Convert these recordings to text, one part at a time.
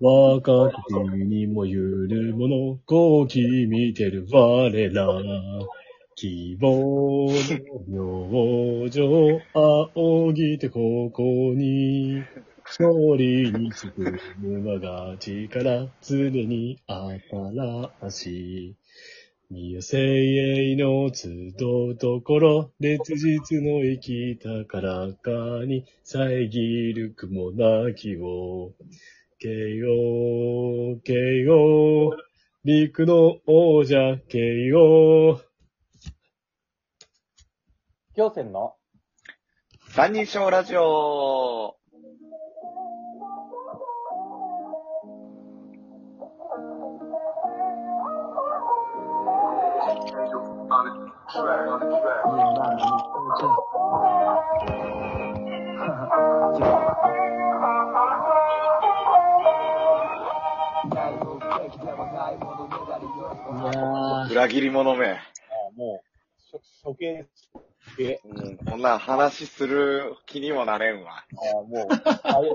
若き君にもゆるもの好機見てる我ら。希望の明星、仰ぎてここに。勝利につく沼が力、常に新しい。見よ精鋭の集うところ、烈日の生きたからかに、遮る雲なきを。慶応、慶応、陸の王者、慶応。行船の三人称ラジオいやー、あ裏切り者め。もう、処処刑です。処刑。うん、こんなん話する気にもなれんあわ。ーもう、あれ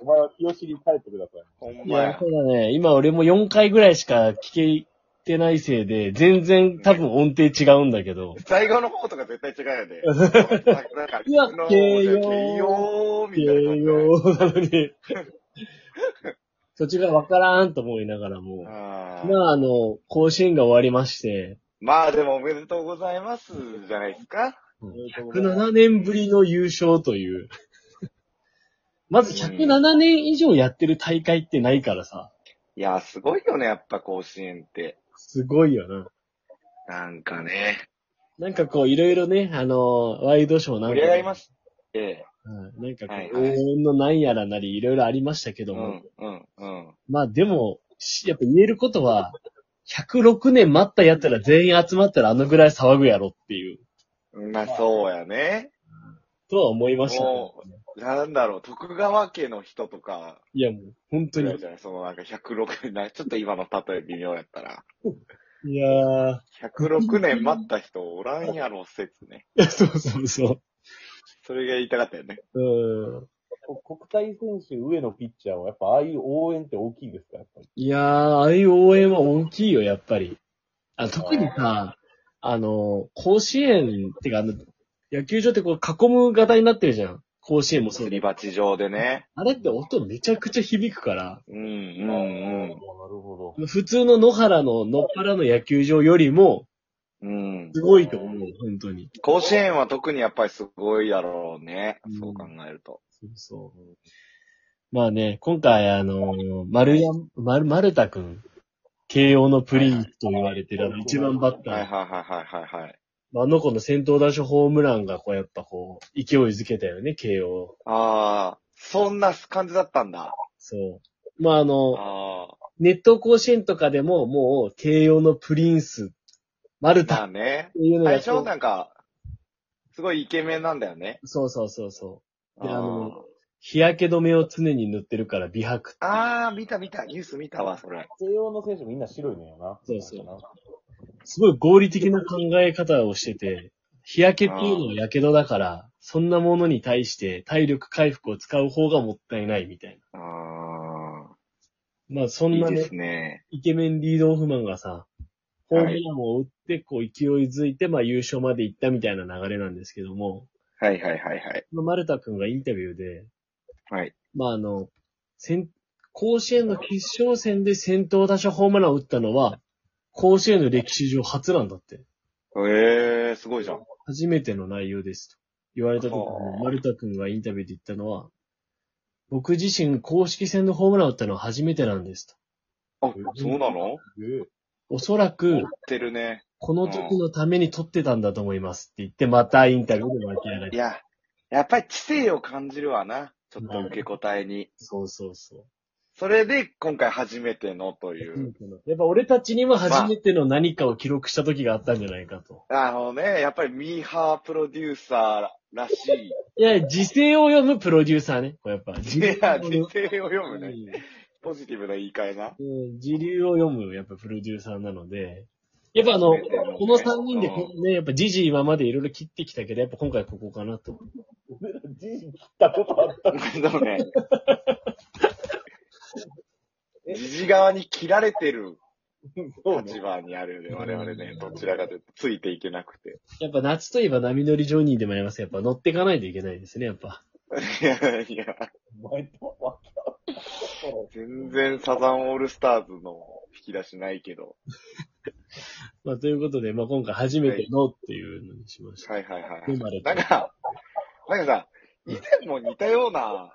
お前は清志に帰ってください。ほんいまや、やそ。うだね。今俺も4回ぐらいしか聞けてないせいで、全然多分音程違うんだけど。最後の方とか絶対違うよ ね。なんか、いやあの慶応慶応慶みたいな。応なのに。そっちがわからんと思いながらも。あまーあ、あの、甲子園が終わりまして、まあでもおめでとうございます、じゃないですか。 107年ぶりの優勝という。まず107年以上やってる大会ってないからさ。いや、すごいよね、やっぱ甲子園って。すごいよな。なんかね。なんかこう、いろいろね、あの、ワイドショーなんか盛で。り上がりまして。えうんなんかこはいはう、応い援のなんやらなり、いろいろありましたけえ。うども。ん、うん、うん。まあでも、しやっぱ言えることは、106年待ったやつら全員集まったらあのぐらい騒ぐやろっていう、まあそうやね。とは思いました、ねも。なんだろう、徳川家の人とか、いやもう、本当ぐらにい。じゃないそのなんか106年、ちょっと今の例え微妙やったら。いやー。 106年待った人おらんやろ説ね。いやそうそうそそれが言いたかったよね。う。うん。こ国体選手上のピッチャーは、やっぱああいう応援って大きいですかやっぱり。いやー、ああいう応援は大きいよ、やっぱり。あ特にさ、あの、甲子園ってか、あの、野球場ってこう囲む型になってるじゃん。甲子園 もそすうりで。鉢状でね。あれって音めちゃくちゃ響くから、うんうあーなんるほど。普通の野原の野っ原の野球場よりも、うん。うん。すごいと思う、本当に。甲子園は特にやっぱりすごいやろうねうん。そう考えると。そうそう。まあね、今回、あの、丸山、丸、丸田くん、慶応のプリンスと言われてる、あの、一番バッタはいはいー。はいはいはいはい。まああの子の先頭打者ホームランが、こう、やっぱこう、勢いづけたよね、慶応。ああ、そんな感じだったんだ。そう。まああの、ああ、ネット甲子園とかでも、もう、慶応のプリンス、丸だ田っね。ていうの最が、初なんか、すごいイケメンなんだよね。そうそうそうそう。で、ああーの、日焼け止めを常に塗ってるから美白っていうあー、見た見た、ニュース見たわ、それ。西洋の選手みんな白いのよな。そうそうなんかすごい合理的な考え方をしてて、日焼けっていうのは火傷だから、そんなものに対して体力回復を使う方がもったいないみたいあな。まあそあ、んいいなね、ですね。イケメンリードオフマンがさ、ホームランを打って、こう勢いづいて、まあ優勝まで行ったみたいな流れなんですけども、はいはいはいはい。まあ丸田くんがインタビューで、はい。まああの、先甲子園の決勝戦で先頭打者ホームランを打ったのは、甲子園の歴史上初なんだって。ええー、すごいじゃん。初めての内容ですと言われた時はに、あ丸田くんがインタビューで言ったのは、僕自身公式戦のホームランを打ったのは初めてなんですと。あ、そうなのすげえおそらく持、ってるね。この時のために撮ってたんだと思いますって言って、またインタビューで巻き上がいり。や、やっぱり知性を感じるわな。ちょっと受け答えに。そうそうそ。それで、今回初めてのというう。やっぱ俺たちにも初めての何かを記録した時があったんじゃないかと。あのね、やっぱりミーハープロデューサーらしい。いや、時勢を読むプロデューサーね。これ やっぱ。 いや、時時勢を勢を読む読むね。ポジティブな言い換えな。うん自流を読む、やっぱプロデューサーなので、やっぱあの、初めてのねこの3人でうんこうね、やっぱ時事今までいろいろ切ってきたけど、やっぱ今回ここかなと。 俺らじじ切ったことあった。でもね、肘側に切られてるそう立ね。場にあるよね、我々ね、どちらかというとついていけなくて。やっぱ夏といえば波乗りジョニーでもありますけどやっぱ乗っていかないといけないですね、やっぱ。いや いや、お前とわけわかんない全然サザンオールスターズの引き出しないけど。まあ、ということで、まあ今回初めてのっていうのにしました。はいはいはい生まれ。たなんか、なんかさ、以前も似たような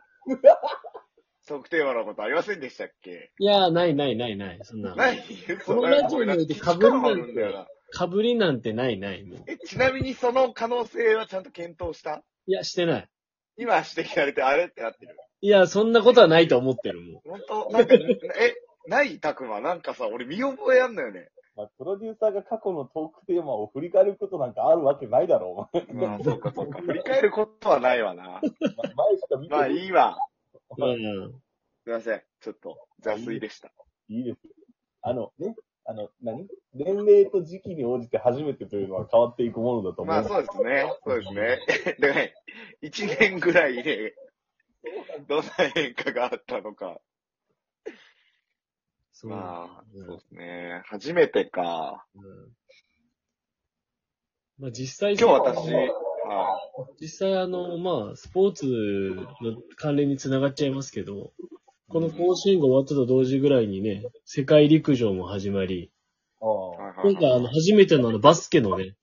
測定話のことありませんでしたっけいやー、ないないないない、そんな。ないこのラジオにおいて被るるなんてんだよな。かぶりなんてないない、もう。え、ちなみにその可能性はちゃんと検討したいや、してない。今指摘されて、あれってなってる。いや、そんなことはないと思ってる、も本当なんか、え、ないたくま、なんかさ、俺見覚えあんのよね。 まあ、プロデューサーが過去のトークテーマを振り返ることなんかあるわけないだろう、うん、そうかそうか。振り返ることはないわおな。前。前しか見てまあない。いいわ。う。うん。すいません。ちょっと、雑炊でした。いいですよ。あの、ね、あの、何年齢と時期に応じて初めてというのは変わっていくものだと思う。まあそうですね。そうですね。でね、一年ぐらいで、どんな変化があったのか。そうまあ、そううですね。初めてか。んうんまあ実際、今日私、はい。実際あの、まあ、スポーツの関連につながっちゃいますけど、この甲子園が終わったと同時ぐらいにね、世界陸上も始まり、ああはいはいはい今回あの、初めてのあの、バスケのね、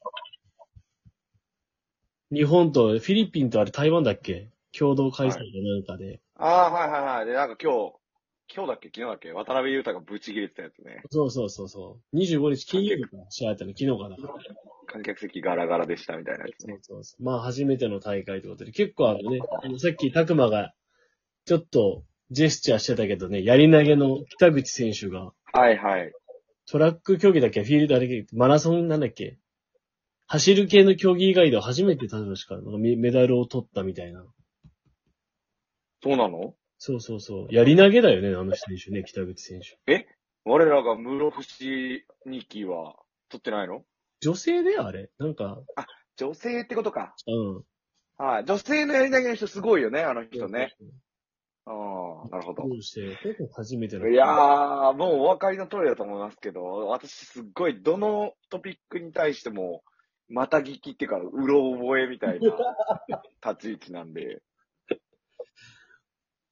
日本とフィリピンとあれ台湾だっけ共同開催かなんかで。ああ、はいはいはい。で、なんか今日、今日だっけ昨日だっけ渡辺裕太がブチ切れてたやつね。そうそうそうそう。25日金曜日から試合あったの、昨日かな。観客席ガラガラでしたみたいなやつそねう。そうそう。まあ、初めての大会ということで、結構あのね、あのさっき、たくまが、ちょっと、ジェスチャーしてたけどね、やり投げの北口選手が、はいはい。トラック競技だっけフィールドあれだっけマラソンなんだっけ走る系の競技以外では初めて確かなんかメメダルを取ったみたいな。そうなのそうそうそう。やり投げだよね、あの選手ね、北口選手。我らが室伏二期は取ってないの女性だよ、あれ。なんか、女性ってことか。うん。はい。女性のやり投げの人すごいよね、あの人ね。。ああ、なるほどど。うして、結構初めての。いやー、もうお分かりの通りだと思いますけど、私すっごいどのトピックに対しても、また聞きっていうか、うろ覚えみたいな 立ち位置なんで。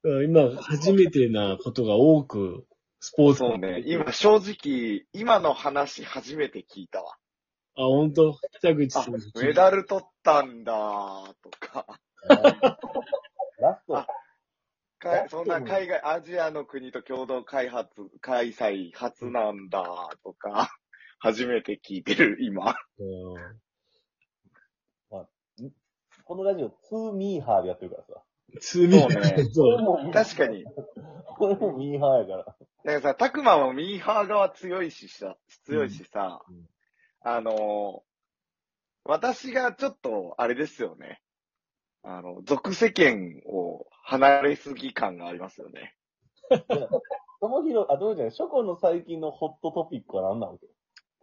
うん今、初めてなことが多く、スポーツ。そうね。今、正直、今の話初めて聞いたわ。あ、本当北口あ選手。、メダル取ったんだーとか。ラスト、あかそんな海外、アジアの国と共同開発、開催初なんだーとか、 初めて聞いてる、 今。うこのラジオ、ツーミーハーでやってるからさ。ん罪だそうねそう確かに。これもミーハーやから。なんかさ、たくまもミーハー側強いしさ、強いしさ、うんうんあのー私がちょっと、あれですよね。あの、俗世間を離れすぎ感がありますよね。その日の、あ、どうじゃない、初夏の最近のホットトピックは何なの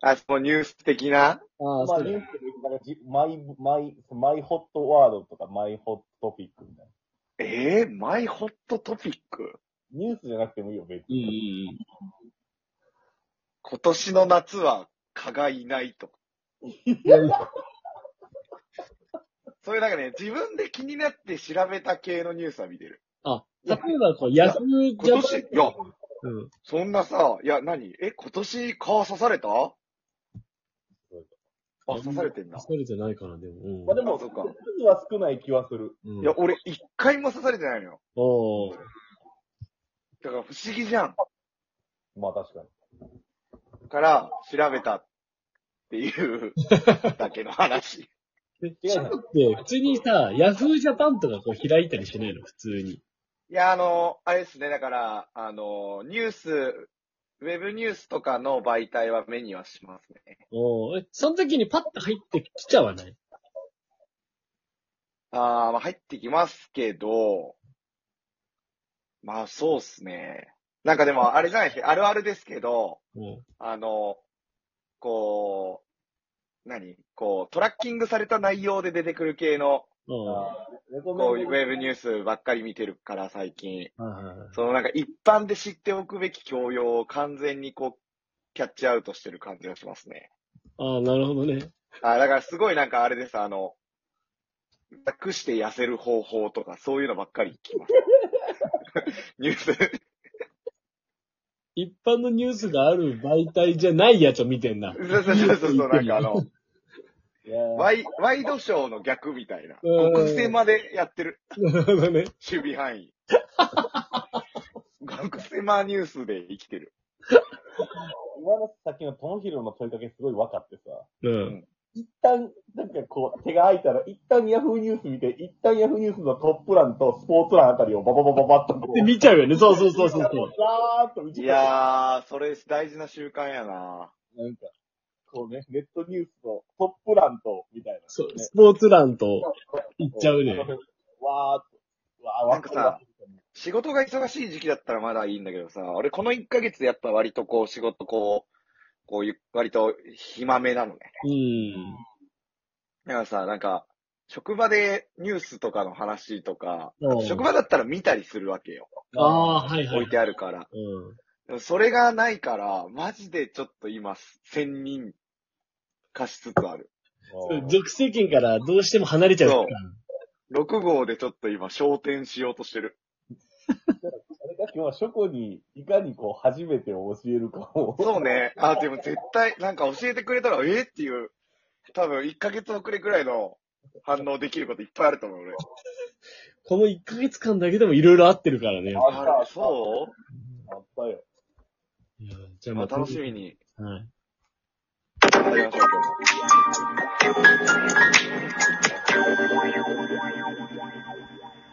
あ、そのニュース的なああ、まそあ、うニューだスで言うとなんかじマイ、マイ、マイホットワードとか、マイホットトピックみたいな。ええマイホットトピックニュースじゃなくてもいいよ、別うに。んうんうん。今年の夏は蚊がいないと。そういうなんかね、自分で気になって調べた系のニュースは見てる。あ、例えば、こう、ヤフージャ今パ年、ンい。や、うん。そんなさ、いや、何え、今年蚊刺されたあ、刺されてんな。それじゃないかな、でも。まあであも、そう数かは少ない気はする。うん。いや、俺一回も刺されてないのよ。おーだから不思議じゃん。まあ確かに。から、調べたっていうだけの話。え違うシャブって、普通にさ、ヤフージャパンとかこう開いたりしないの、普通に。いや、あの、あれですね、だから、あの、ニュース、ウェブニュースとかの媒体は目にはしますね。おーえ、その時にパッと入ってきちゃわないあーまあ、入ってきますけど、まあそうっすね。なんかでも、あれじゃないですか、あるあるですけど、うん。あの、こう、何こう、トラッキングされた内容で出てくる系のはあーレコメンこドういうウェブニュースばっかり見てるから最近、いはいはい。そのなんか一般で知っておくべき教養を完全にこう、キャッチアウトしてる感じがしますね。ああ、なるほどね。あだからすごいなんかあれです、あの、楽して痩せる方法とかそういうのばっかり聞 きます。ニュース、一般のニュースがある媒体じゃないやつを見てんな。 そうそうそうそうそう、なんかあの、いやーワイワイドショーの逆みたいな。うん極狭でやってる、なるほどね。守備 範囲。極狭ニュースで生きてる。お前のさっきのトモヒロの問いかけすごい分かってさ、うん。一旦、なんかこう、手が空いたら、一旦ヤフーニュース見て、一旦ヤフーニュースのトップ欄とスポーツ欄あたりをバババババッとこうで、見ちゃうよね。そうそうそうそうそう。ざーっと見ていやー、それ大事な習慣やななんか、こうね、ネットニュースのトップ欄と、みたいな、ね。そうスポーツ欄と、行っちゃうねわーっと。わー、わかるわ。仕事が忙しい時期だったらまだいいんだけどさ、俺この1ヶ月やっぱ割とこう仕事こう、こうゆ割と暇めなのね。うん。だからさ、なんか、職場でニュースとかの話とかうん、職場だったら見たりするわけよ。ああー、はいは置いい。てあるから。うん。でもそれがないから、マジでちょっと今、専任化しつつある。属性圏からどうしても離れちゃうから。 6号でちょっと今、昇天しようとしてる。あれだ、今日は書庫にいかにこう、初めてを教えるか を。そうね。あ、でも絶対、なんか教えてくれたら、えっていう、多分1ヶ月遅れくらいの反応できることいっぱいあると思う、俺。この1ヶ月間だけでもいろいろ合ってるからね。あった、あったそあったよ。いやじゃうあままああ、楽しみに。はい。やりましょう今日も